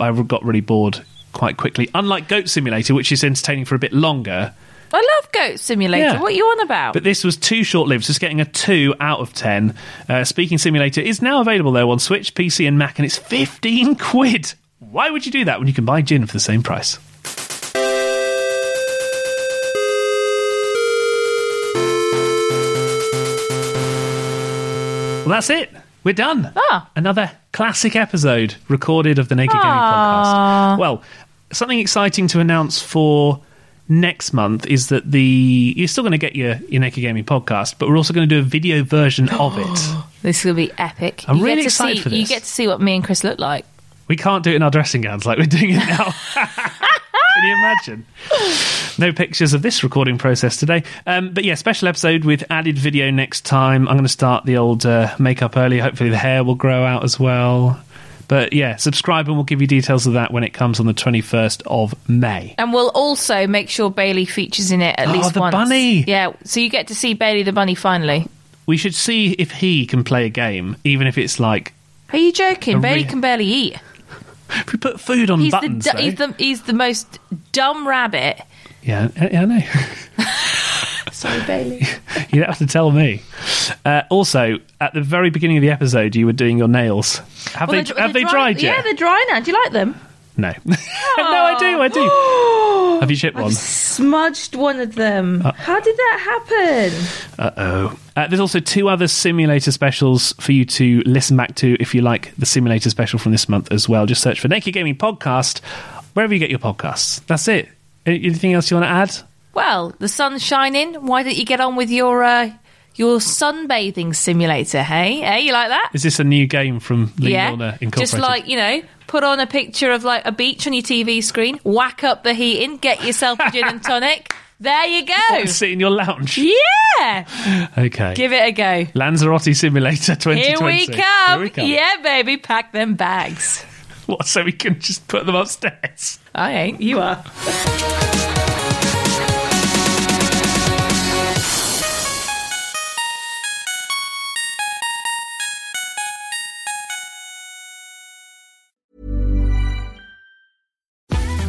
I got really bored quite quickly. Unlike Goat Simulator, which is entertaining for a bit longer.
I love Goat Simulator.
Yeah.
What are you on about?
But this was too short lived, so it's getting a 2 out of 10. Uh, Speaking Simulator is now available, though, on Switch, PC, and Mac, and it's 15 quid. Why would you do that when you can buy gin for the same price? Well, that's it. We're done. Ah. Another classic episode recorded of the Naked Gaming
Ah.
Podcast. Well, something exciting to announce for next month is that the you're still going to get your, your Naked Gaming Podcast, but we're also going to do a video version of it.
this is going to be epic.
I'm
you
really
get to
excited
see,
for
You
this.
get to see what me and Chris look like.
We can't do it in our dressing gowns like we're doing it now. Can you imagine? No pictures of this recording process today. Um, but yeah, special episode with added video next time. I'm going to start the old uh, makeup early. Hopefully, the hair will grow out as well. But yeah, subscribe and we'll give you details of that when it comes on the 21st of May.
And we'll also make sure Bailey features in it at
Oh,
least
the
once.
bunny.
Yeah, so you get to see Bailey the bunny finally.
We should see if he can play a game, even if it's like
Are you joking?
A
Barely
re-
can barely eat.
if we put food on
he's
buttons.
the, du-
though-
he's the he's the most dumb rabbit.
yeah, I, I know.
Sorry, Bailey.
you don't have to tell me. Uh, also, at the very beginning of the episode, you were doing your nails. Have
Well,
they
they're-
have
they're
they dried
Yeah,
yet?
they're dry now. Do you like them?
No. no, I do. I
Oh!
do. have you shipped one?
Smudged one of them.
Uh.
How did that happen?
Uh oh. Uh, there's also two other simulator specials for you to listen back to if you like the simulator special from this month as well. Just search for Naked Gaming Podcast wherever you get your podcasts. That's it. Any- Anything else you want to add?
Well, the sun's shining. Why don't you get on with your uh, your sunbathing simulator? Hey, hey, you like that?
Is this a new game from Lee Milner Incorporated?
just like you know, put on a picture of like a beach on your TV screen, whack up the heating, get yourself a gin and tonic. There you go.
sit in your lounge.
Yeah,
Okay.
give it a go.
Lanzarote Simulator 2020.
Here we, come.
Here we come.
Yeah, baby, pack them bags.
What, so we can just put them upstairs?
I ain't. You are.